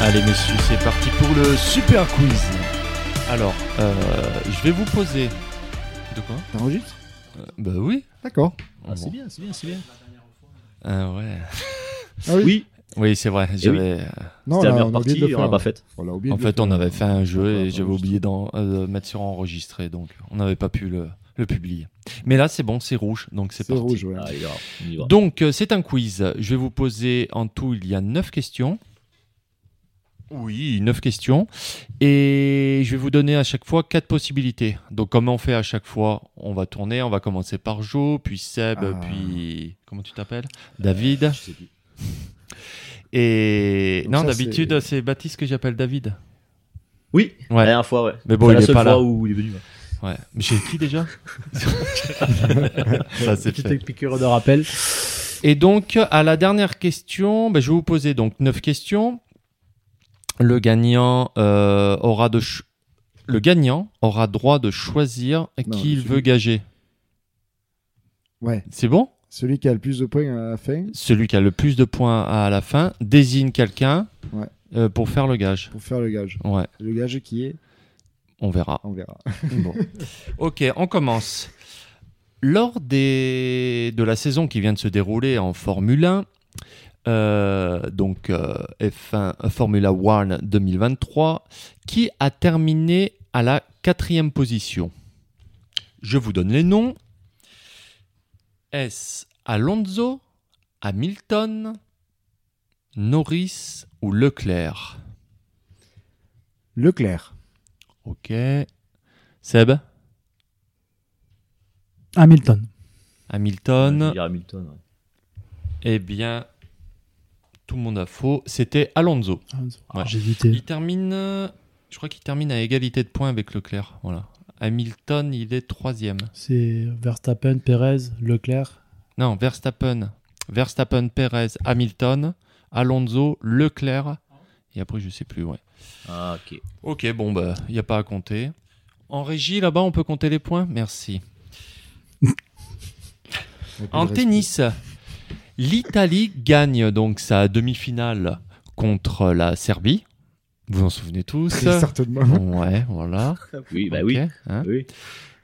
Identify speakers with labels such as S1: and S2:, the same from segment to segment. S1: Allez messieurs, c'est parti pour le super quiz. Alors, euh, je vais vous poser. De quoi Ah,
S2: T'enregistres
S1: Euh, Bah oui.
S2: D'accord.
S1: Bon.
S3: Ah, c'est bien, c'est bien, c'est bien.
S1: Ah ouais.
S2: Ah oui.
S3: Oui,
S1: Oui, c'est vrai. J'avais. euh,
S2: Non,
S3: c'était la
S2: là,
S3: meilleure
S2: on a oublié
S3: partie,
S2: de le
S3: on l'a
S2: faire.
S3: pas faite.
S2: On l'a oublié
S1: En
S2: de le
S1: fait, on
S2: faire.
S1: avait fait un jeu et j'avais
S2: enregistré.
S1: oublié d'en euh, mettre sur enregistrer, donc on n'avait pas pu le, le publier. Mais là, c'est bon, c'est rouge, donc c'est
S2: C'est
S1: parti.
S2: rouge, ouais.
S3: Ah, il est grave, on y va.
S1: Donc, euh, c'est un quiz. Je vais vous poser en tout, il y a 9 questions. Oui, 9 questions. Et je vais vous donner à chaque fois 4 possibilités. Donc, comment on fait à chaque fois On va tourner, on va commencer par Jo, puis Seb,
S2: Ah.
S1: puis. Comment tu t'appelles David.
S3: Je sais plus.
S1: Et.
S2: Donc
S1: non,
S2: ça,
S1: d'habitude,
S2: c'est-
S1: c'est Baptiste que j'appelle David.
S3: Oui,
S1: Ouais.
S3: la dernière fois, ouais.
S1: Mais bon,
S3: C'est
S1: il
S3: la
S1: est
S3: seule
S1: pas là.
S3: fois où il est venu. ouais.
S1: Ouais. Mais j'ai qui déjà Ça, c'est fait.
S3: Petite piqûre de rappel.
S1: Et donc, à la dernière question, ben, je vais vous poser donc 9 questions. Le gagnant, euh, aura, de ch- le gagnant aura droit de choisir
S2: Non,
S1: qui il
S2: celui-
S1: veut gager.
S2: Ouais.
S1: C'est bon
S2: Celui qui a le plus de points à la fin
S1: Celui qui a le plus de points à la fin désigne quelqu'un
S2: Ouais.
S1: euh, pour faire le gage.
S2: pour faire le gage.
S1: Ouais,
S2: Le gage qui est,
S1: on verra.
S2: on verra.
S1: Ok, on commence. Lors des... de la saison qui vient de se dérouler en Formule 1, euh, donc euh, F1 Formula 1 2023, qui a terminé à la quatrième position Je vous donne les noms. Est-ce Alonso, Hamilton, Norris ou Leclerc
S2: Leclerc.
S1: Ok. Seb,
S4: Hamilton.
S1: Hamilton.
S3: Il y a Hamilton, ouais.
S1: Eh bien, tout le monde a faux. C'était Alonso.
S4: Ah,
S1: Ouais.
S4: J'hésitais.
S1: Il termine. euh, Je crois qu'il termine à égalité de points avec Leclerc. Voilà. Hamilton, il est troisième.
S4: C'est Verstappen, Perez, Leclerc.
S1: Non, Verstappen. Verstappen, Perez, Hamilton, Alonso, Leclerc. Et après, je sais plus, ouais.
S3: Ah, ok.
S1: Ok, bon, bah, il n'y a pas à compter. En régie, là-bas, on peut compter les points Merci. En tennis, l'Italie gagne donc sa demi-finale contre la Serbie. Vous en souvenez tous
S2: Très certainement.
S1: Ouais, voilà.
S3: Oui, bah
S1: Ok,
S3: oui.
S1: hein.
S3: oui.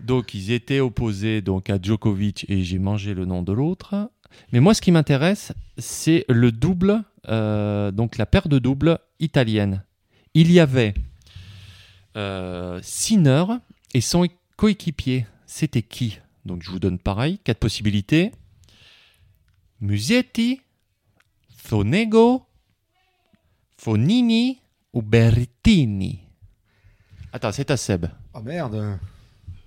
S1: Donc ils étaient opposés donc à Djokovic et j'ai mangé le nom de l'autre. Mais moi, ce qui m'intéresse, c'est le double, euh, donc la paire de doubles italienne. Il y avait euh, Sinner et son coéquipier. C'était qui Donc je vous donne pareil, quatre possibilités. Musetti, Fonego, Fonini ou Bertini. Attends, c'est à Seb.
S2: Oh merde.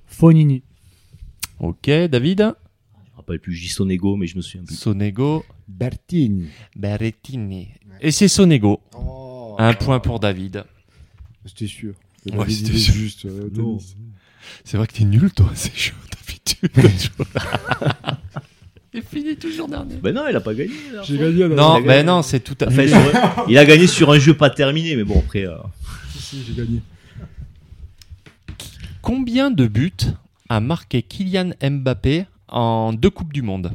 S4: Fonini.
S1: Ok, David.
S3: Je me rappelle plus Gisonego, mais je me souviens plus.
S1: Sonego,
S2: Bertini.
S1: Berrettini. Et c'est Sonego.
S2: Oh.
S1: Un point pour David.
S2: C'était sûr.
S1: Ouais,
S2: David,
S1: c'était
S2: il est
S1: sûr.
S2: Juste, euh,
S3: Non.
S2: tennis.
S1: C'est vrai que t'es nul, toi, c'est chaud d'habitude. Il finit toujours dernier.
S3: Ben non, il a pas gagné. la dernière
S2: J'ai
S3: fois.
S2: gagné alors.
S1: Non,
S3: Il
S1: mais
S3: a gagné.
S1: non, c'est tout à
S3: Enfin,
S1: fait.
S3: sur un- Il a gagné sur un jeu pas terminé, mais bon, après. euh,
S2: Si, si, j'ai gagné.
S1: Combien de buts a marqué Kylian Mbappé en deux Coupes du Monde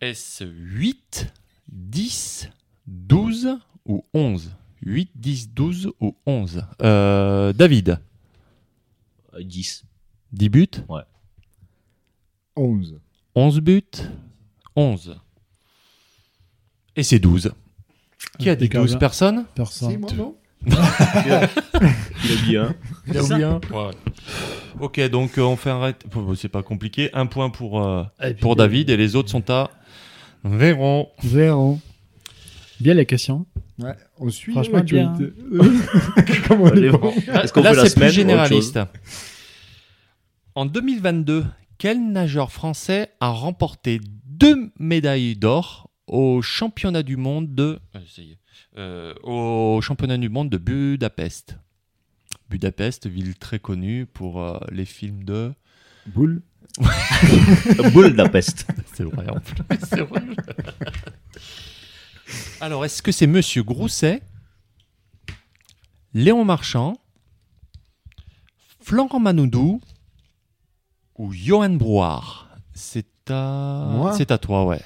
S1: Est-ce 8, 10, 12 ou 11 8, 10, 12 ou 11 Euh, David,
S3: euh, 10.
S1: 10 buts
S2: 11.
S1: 11 buts. 11. Et c'est 12. Qui a dit
S4: Impeccable.
S1: 12 personnes
S2: C'est
S4: Personne.
S2: moi, non
S3: Il a dit un.
S1: Il Ok, donc euh, on fait un rate- Pff, C'est pas compliqué. Un point pour, euh,
S4: Eh
S1: pour David et les autres sont à Véron.
S4: Véron. hein. Bien les questions.
S2: Ouais, on suit
S4: Franchement,
S2: l'actualité. Comme on est
S3: Allez,
S2: bon.
S3: bon. Est-ce qu'on
S1: Là,
S3: fait la
S1: c'est
S3: semaine
S1: plus
S3: ou autre chose
S1: généraliste. En 2022, quel nageur français a remporté deux médailles d'or au championnat du monde de euh, ça y est. Euh, au championnat du monde de Budapest Budapest, ville très connue pour euh, les films de.
S2: Boule.
S3: Boule de la peste.
S1: C'est vrai, en plus. c'est vrai. Alors, est-ce que c'est Monsieur Grousset, Léon Marchand, Florent Manoudou ou Johan Brouard C'est à...
S2: Moi
S1: C'est à toi, ouais.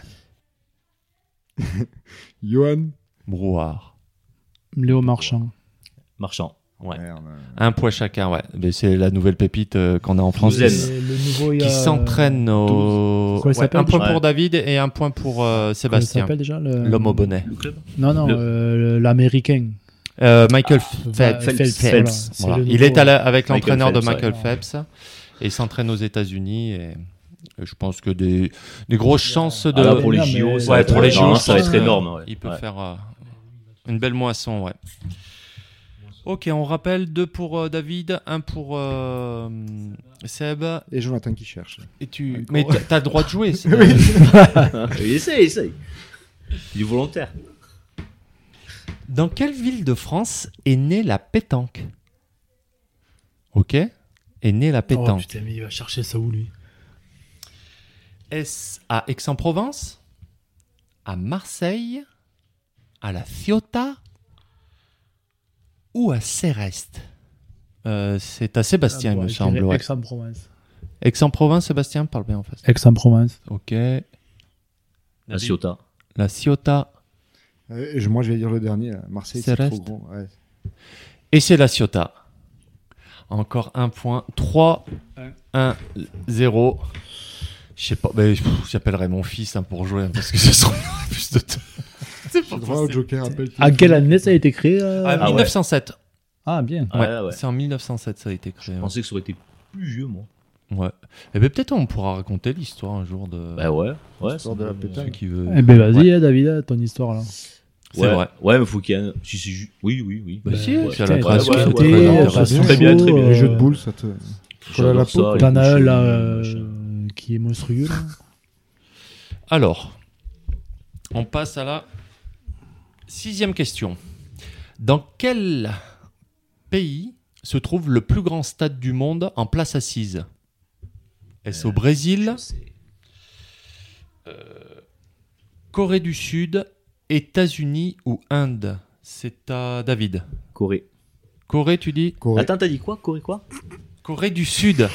S2: Johan.
S1: Brouard.
S4: Léo Marchand.
S3: Marchand. Ouais.
S2: Merde, euh,
S1: Un poids chacun, ouais. Mais c'est la nouvelle pépite euh, qu'on a en France.
S3: Douzaine.
S1: qui-
S4: Et le nouveau, il y a,
S1: Qui
S4: euh,
S1: s'entraîne au.
S4: Comment il
S1: Ouais,
S4: s'appelle
S1: un point
S3: déjà
S1: pour David et un point pour euh,
S4: Comment il
S1: Sébastien.
S4: s'appelle déjà le-
S1: L'homme au bonnet.
S3: Le club
S4: Non, non,
S3: Le-
S4: euh, l'américain.
S1: Euh, Michael
S4: Va-
S1: Phelps.
S3: Phelps,
S4: voilà.
S3: Phelps,
S4: C'est
S1: Voilà.
S4: le
S1: Il
S4: nouveau, euh,
S1: est à la- avec
S3: Michael
S1: l'entraîneur de
S3: Phelps,
S1: Michael
S4: ouais.
S1: Phelps et il s'entraîne aux États-Unis. Et, et je pense que des, des grosses chances de.
S3: Ah, là, pour les
S4: Non,
S3: JO,
S4: mais-
S3: ça
S1: Ouais,
S3: va être-
S1: pour les
S3: non,
S1: JO, je
S3: ça va
S1: pense
S3: être
S1: que
S3: énorme. ouais.
S1: Il peut
S3: Ouais.
S1: faire euh, une belle moisson, ouais. Ok, on rappelle deux pour euh, David, un pour euh, Seb.
S2: Et Jonathan qui cherche.
S1: Et
S2: Ouais,
S1: tu... Mais
S2: gros.
S1: t'as- t'as le droit de jouer. c'est-
S3: il essaye, il essaye. Il est volontaire.
S1: Dans quelle ville de France est née la pétanque Ok Est née la
S4: Oh
S1: pétanque. Ah,
S4: putain, mais il va chercher ça où lui
S1: Est-ce à Aix-en-Provence À Marseille À la Ciotat Ou à Céreste Euh, C'est à
S4: Ah,
S1: Sébastien, il me semble. ouais.
S4: Aix-en-Provence.
S1: Aix-en-Provence, Sébastien, parle bien en face.
S4: Aix-en-Provence.
S1: Ok.
S3: La Ciotat.
S1: La Ciotat.
S2: Euh, et je- moi, je vais dire le dernier. là. Marseille,
S1: C'est
S2: c'est trop
S1: reste.
S2: gros. ouais.
S1: Et c'est la Ciotat. Encore un point. 3,
S4: Un.
S1: 1, 0. Je sais pas, mais pff, j'appellerai mon fils hein, pour jouer hein, parce que ce sera plus de temps. C'est
S2: J'ai
S1: pas
S2: le droit au
S1: possible.
S2: Joker. Appelle
S4: À quelle année ça a été créé euh
S1: Ah,
S3: Ah ouais.
S1: 1907.
S4: Ah, bien.
S3: Ah,
S1: Ouais,
S3: là, ouais.
S1: C'est en 1907 ça a été créé.
S3: Je
S1: ouais.
S3: pensais que ça aurait été plus vieux, moi.
S1: Ouais. Et ben peut-être on pourra raconter l'histoire un jour de
S3: Bah ouais. Ouais,
S2: L'histoire de la
S3: c'est-
S2: pétanque.
S1: ceux qui veut.
S4: Eh ben vas-y, hein, David, ton histoire là.
S1: C'est
S3: ouais.
S1: vrai.
S3: Ouais, mais faut qu'il y ait un. Si c'est ju- Oui, oui, oui.
S1: Bah, si,
S3: ouais.
S1: c'est à la
S4: Putain,
S1: presse,
S3: ouais,
S1: c'est
S3: ouais,
S1: très
S2: ouais, ouais,
S1: intéressant.
S3: ouais, Très bien, très bien.
S2: Les jeux euh, de boules, ça te.
S3: J'adore
S2: la
S3: ça,
S2: peau.
S3: les
S4: T'en as un
S3: bouchons,
S4: là
S3: les
S4: euh,
S3: machins.
S4: qui est monstrueux. là.
S1: Alors, on passe à la sixième question. Dans quel pays se trouve le plus grand stade du monde en place assise Est-ce
S3: Euh,
S1: au Brésil,
S3: C'est-
S1: Corée du Sud, États-Unis ou Inde C'est à David.
S3: Corée.
S1: Corée, tu dis
S2: Corée.
S3: Attends, t'as dit quoi Corée quoi
S1: Corée du Sud.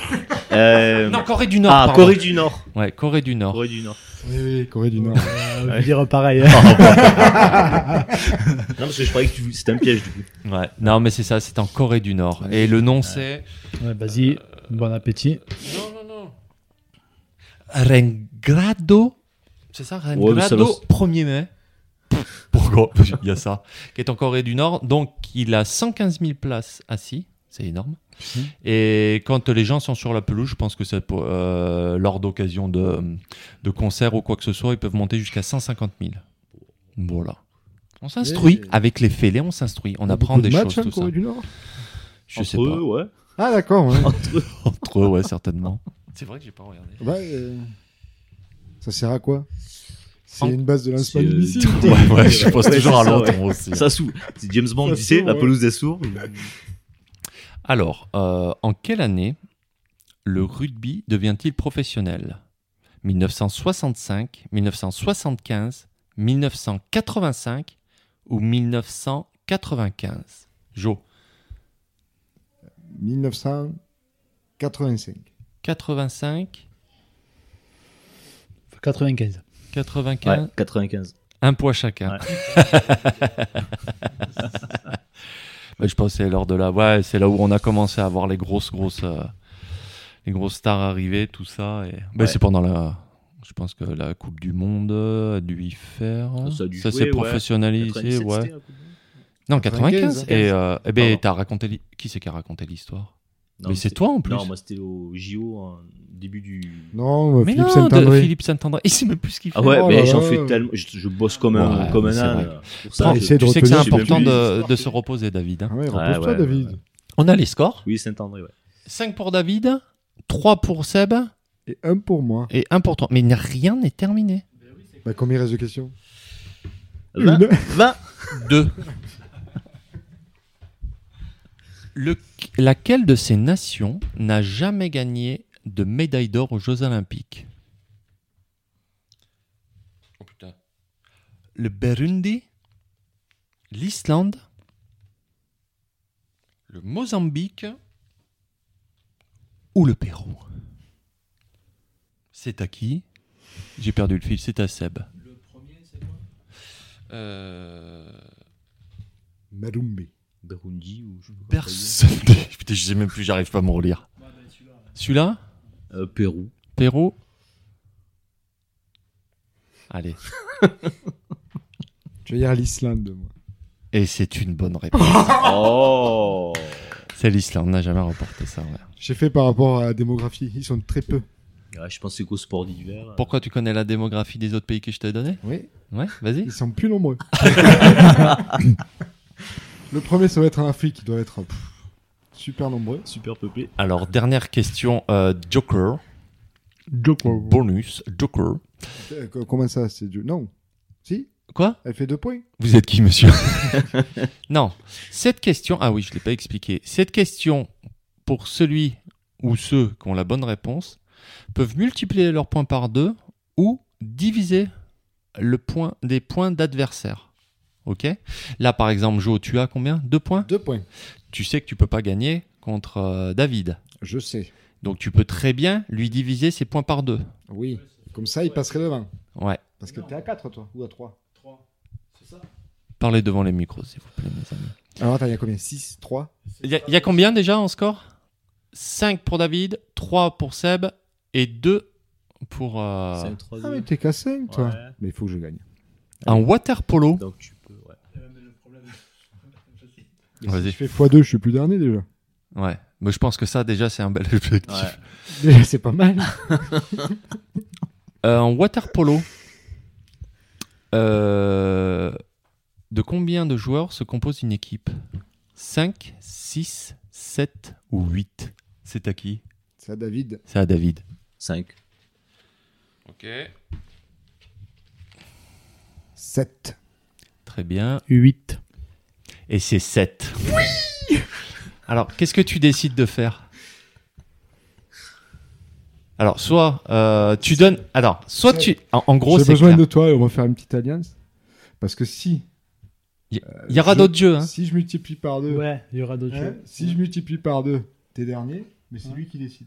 S3: Euh,
S1: Non, Corée du Nord.
S3: Ah,
S1: pardon.
S3: Corée du Nord.
S1: Ouais, Corée du Nord.
S3: Corée du Nord.
S2: Oui, oui, Corée du Nord.
S4: Euh, je veux dire pareil. hein.
S3: Non, parce que je croyais que tu- c'était un piège du coup.
S1: Ouais. Non, mais c'est ça, c'est en Corée du Nord. Et le nom, c'est.
S4: Ouais, vas-y, bon appétit.
S1: Non, non, non. Rengrado, c'est ça
S3: Ouais, mais ça
S1: Rengrado, 1er mai. Pff, Pourquoi Il y a ça. Qui est en Corée du Nord. Donc, il a 115 000 places assis. C'est énorme.
S4: Mhm.
S1: Et quand les gens sont sur la pelouse, je pense que ça, peut- euh, lors d'occasion de, de concerts ou quoi que ce soit, ils peuvent monter jusqu'à 150 000. Voilà. On s'instruit.
S2: Et-
S1: Avec les fêlés, on s'instruit. On apprend des
S2: matchs, hein,
S1: choses, tout ça.
S2: Corée du Nord.
S1: Je sais
S3: Entre
S1: pas.
S3: eux, ouais.
S2: Ah, d'accord. ouais.
S3: Entre eux.
S1: Entre eux, ouais, certainement. C'est vrai que j'ai pas regardé.
S2: Bah, euh, ça sert à quoi C'est
S1: En-
S2: une base de
S3: C'est,
S2: lancement
S3: euh,
S2: de missile.
S3: tout-
S1: Ouais, ouais, je pense
S3: Ouais,
S1: toujours à
S3: c'est ça,
S1: l'autre
S3: ouais.
S1: moi aussi.
S3: Ça s'ouvre. C'est James Bond,
S2: Ça
S3: tu sais,
S2: s'ouvre,
S3: la
S2: ouais.
S3: pelouse des sourds.
S1: Alors, euh, en quelle année le rugby devient-il professionnel 1965, 1975, 1985 ou 1995 Jo, euh,
S2: 1985.
S1: 85,
S4: 95.
S1: 95,
S3: Ouais, 95.
S1: un poids chacun.
S3: Ouais.
S1: Bah, je pense que c'est lors de là, ouais, c'est là où on a commencé à voir les grosses, grosses, euh, les grosses stars arriver, tout ça. Et... Bah,
S3: Ouais.
S1: C'est pendant la, je pense que la Coupe du Monde euh, a dû y faire.
S3: Ça a dû jouer,
S1: s'est
S3: ouais.
S1: professionnalisé,
S3: 97,
S1: ouais.
S3: c'était la Coupe du Monde
S1: Non, 95.
S2: 95,
S1: Et, euh, eh ben,
S3: Pardon.
S1: t'as raconté, l'hi- qui c'est qui a raconté l'histoire
S3: Non,
S1: Mais c'est toi en plus.
S3: Non, moi c'était au JO, en début du.
S2: Non, euh,
S1: Mais
S2: Philippe
S1: non, de
S2: Saint-André.
S1: Philippe Saint-André. Il sait même plus ce qu'il fait.
S3: Ah ouais,
S2: Oh
S3: mais
S2: là
S3: j'en
S2: là. Ah,
S3: fais tellement. Je, je bosse comme un,
S1: Ouais,
S3: comme un
S1: c'est vrai.
S3: âne. euh, Pour
S2: Prends,
S3: je-
S2: essaie de
S1: tu sais que c'est
S2: retenir,
S1: important
S3: j'ai même
S1: de,
S3: plus
S1: de
S3: les
S1: se reposer, David. hein.
S2: Ah ouais,
S3: Ouais,
S2: repose-toi,
S3: ouais,
S2: David.
S3: ouais.
S1: On a les scores
S3: Oui, Saint-André, ouais.
S1: 5 pour David, 3 pour Seb
S2: Et un pour moi.
S1: et 1 pour toi. Mais rien n'est terminé.
S2: Bah, combien il reste de questions
S3: 20,
S2: Une.
S3: 20
S1: 2. laquelle de ces nations n'a jamais gagné de médaille d'or aux Jeux Olympiques Oh putain. Le Burundi, l'Islande, le Mozambique ou le Pérou C'est à qui J'ai perdu le fil, c'est à Seb. Euh,
S2: Marumbi.
S3: Burundi ou je sais pas comment ça
S1: Personne. Putain, je sais même plus, j'arrive pas à me relire. Celui-là
S3: s'appelle. Euh, Pérou.
S1: Pérou Allez.
S2: Je vais dire l'Islande, moi.
S1: Et c'est une bonne réponse.
S2: Ah.
S3: Oh
S1: c'est l'Islande, on n'a jamais remporté ça. ouais.
S2: J'ai fait par rapport à la démographie. Ils sont très peu.
S3: Ah, Je pensais qu'au sport d'hiver. euh,
S1: Pourquoi tu connais la démographie des autres pays que je t'ai donné
S2: Oui.
S1: Ouais, vas-y.
S2: Ils sont plus nombreux. le premier, ça va être en Afrique. Ils doivent être euh, pff, super nombreux.
S3: Super peuplé.
S1: Alors, dernière question, euh, Joker,
S4: Joko.
S1: bonus, Joker.
S2: Euh, co- Comment ça C'est du... Non. Si
S1: Quoi
S2: Elle fait deux points.
S1: Vous êtes qui, monsieur Non. Cette question, ah oui, je ne l'ai pas expliqué. Cette question, pour celui ou ceux qui ont la bonne réponse, peuvent multiplier leurs points par deux ou diviser le point des points d'adversaire. Ok Là, par exemple, Jo, tu as combien Deux points
S2: Deux points.
S1: Tu sais que tu peux pas gagner contre euh, David.
S2: Je sais.
S1: Donc, tu peux très bien lui diviser ses points par deux.
S2: Oui. Comme ça, il passerait devant.
S1: Ouais.
S2: Parce que t'es à 4, toi, ou à 3
S1: Parlez devant les micros, s'il vous plaît, mes amis.
S2: Alors, attends, il y a combien 6, 3
S1: Il y, a- y a combien déjà en score 5 pour David, 3 pour Seb et 2 pour euh,
S3: C'est un 3
S2: Ah, mais t'es qu'à 5, toi.
S3: Ouais.
S2: Mais il faut que je gagne.
S1: un water polo.
S3: Donc tu peux. Ouais.
S2: Si
S1: Vas-y.
S2: je fais x2, je suis plus dernier déjà.
S1: Ouais. Mais je pense que ça déjà c'est un bel objectif.
S3: Ouais.
S2: Déjà, c'est pas mal.
S1: Euh, en water polo, euh, de combien de joueurs se compose une équipe 5, 6, 7 ou 8 C'est à qui
S2: C'est à David.
S1: C'est à David.
S3: 5.
S1: Ok.
S2: 7.
S1: Très bien.
S4: 8.
S1: Et c'est 7. Oui Alors, qu'est-ce que tu décides de faire Alors, soit euh, tu donnes. Alors, soit tu. En, en gros,
S2: J'ai
S1: c'est.
S2: besoin
S1: clair.
S2: de toi et on va faire une petite alliance. Parce que si.
S1: Il y aura
S2: je-
S1: d'autres jeux. Hein.
S2: Si je multiplie par 2.
S4: Ouais, il y aura d'autres jeux.
S2: Hein si je multiplie par 2, t'es dernier, mais c'est
S4: Ouais.
S2: lui qui décide.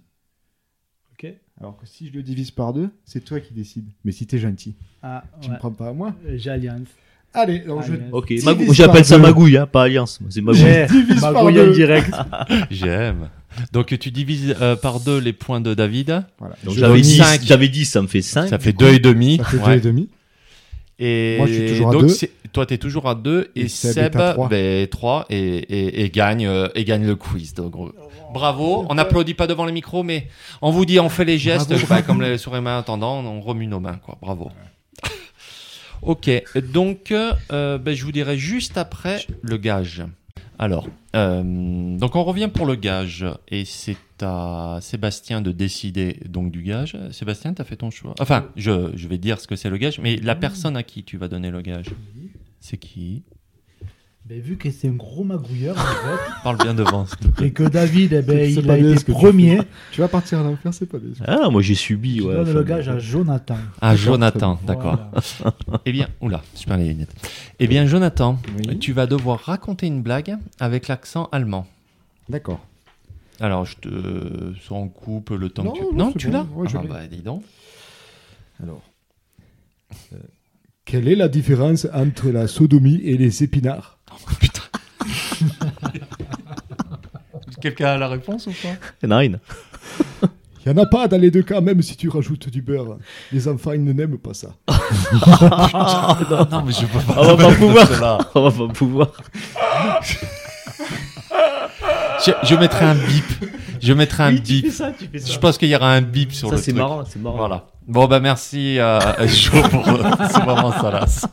S4: Ok.
S2: Alors que si je le divise par 2, c'est toi qui décides. Mais si t'es gentil,
S4: Ah,
S2: tu me prends pas à moi.
S4: ouais. J'ai Alliance.
S2: Allez, donc je
S4: Alliance.
S3: Ok.
S2: Dix
S3: Magou-
S2: histoires
S3: J'appelle ça
S2: de-
S3: magouille, hein, pas alliance. moi, C'est magouille.
S4: Ouais,
S2: divise par
S4: Magouille en
S2: deux.
S4: direct.
S1: J'aime. Donc, tu divises euh, par deux les points de David.
S2: Voilà.
S3: Donc
S2: Je-
S3: j'avais
S1: dis
S3: 10,
S1: cinq.
S3: j'avais 10, ça me fait 5.
S1: Ça fait deux et demi.
S2: Ça fait deux
S1: Ouais.
S2: et demi.
S1: Et
S2: Moi, je suis toujours à
S1: donc,
S2: deux.
S1: c'est- toi, tu es toujours à 2 et,
S2: Et Seb
S1: Seb,
S2: est à trois.
S1: ben, trois et, et- et gagne, euh, et gagne le quiz. Donc, euh, bravo. On n'applaudit pas devant les micros, mais on vous dit, on fait les gestes,
S2: Bravo.
S1: enfin, comme les souris mains attendant, on remue nos mains. Quoi. Bravo. ok, donc euh, ben, je vous dirai juste après le gage. Alors, euh, donc on revient pour le gage et c'est à Sébastien de décider donc du gage. Sébastien, tu as fait ton choix. Enfin, je, je vais dire ce que c'est le gage, mais la personne à qui tu vas donner le gage, c'est qui
S4: Mais vu que c'est un gros magouilleur, en
S1: Parle bien devant, s'il te
S4: fait,
S1: plaît.
S4: et que David, eh ben,
S2: C'est
S4: il
S2: pas
S4: a
S2: bien ce
S4: été
S2: que tu
S4: premier,
S2: Tu vas partir à l'enfer, c'est pas bien.
S3: Ah, moi j'ai subi.
S4: je
S3: Ouais,
S4: donne le
S3: enfin,
S4: gage à
S3: bon.
S4: Jonathan.
S1: Ah, Jonathan, d'accord.
S4: Voilà.
S1: Eh bien, oula, je perds les lunettes. Eh bien, Jonathan,
S2: Oui.
S1: tu vas devoir raconter une blague avec l'accent allemand.
S2: D'accord.
S1: Alors, je te. Soit on coupe le temps
S2: Non,
S1: que tu.
S2: non,
S1: Non,
S2: c'est
S1: tu
S2: bon.
S1: l'as
S2: Ouais, je
S1: Ah,
S2: l'ai.
S1: bah, dis donc.
S2: Alors. Euh, quelle est la différence entre la sodomie et les épinards
S1: Putain. Quelqu'un a la réponse ou pas
S3: Nine.
S2: Il n'y en a pas dans les deux cas, même si tu rajoutes du beurre. Les enfants, ils ne n'aiment pas ça.
S1: Ah, non, non, mais je peux pas.
S3: On va pas pouvoir. On va pas pouvoir.
S1: Je, je mettrai un bip. Je mettrai un
S3: Oui, tu
S1: bip.
S3: fais ça, tu fais ça.
S1: Je pense qu'il y aura un bip sur
S3: ça
S1: le
S3: c'est
S1: truc.
S3: marrant, c'est marrant.
S1: Voilà. Bon, bah merci, euh, Jo, pour euh, ce moment salace.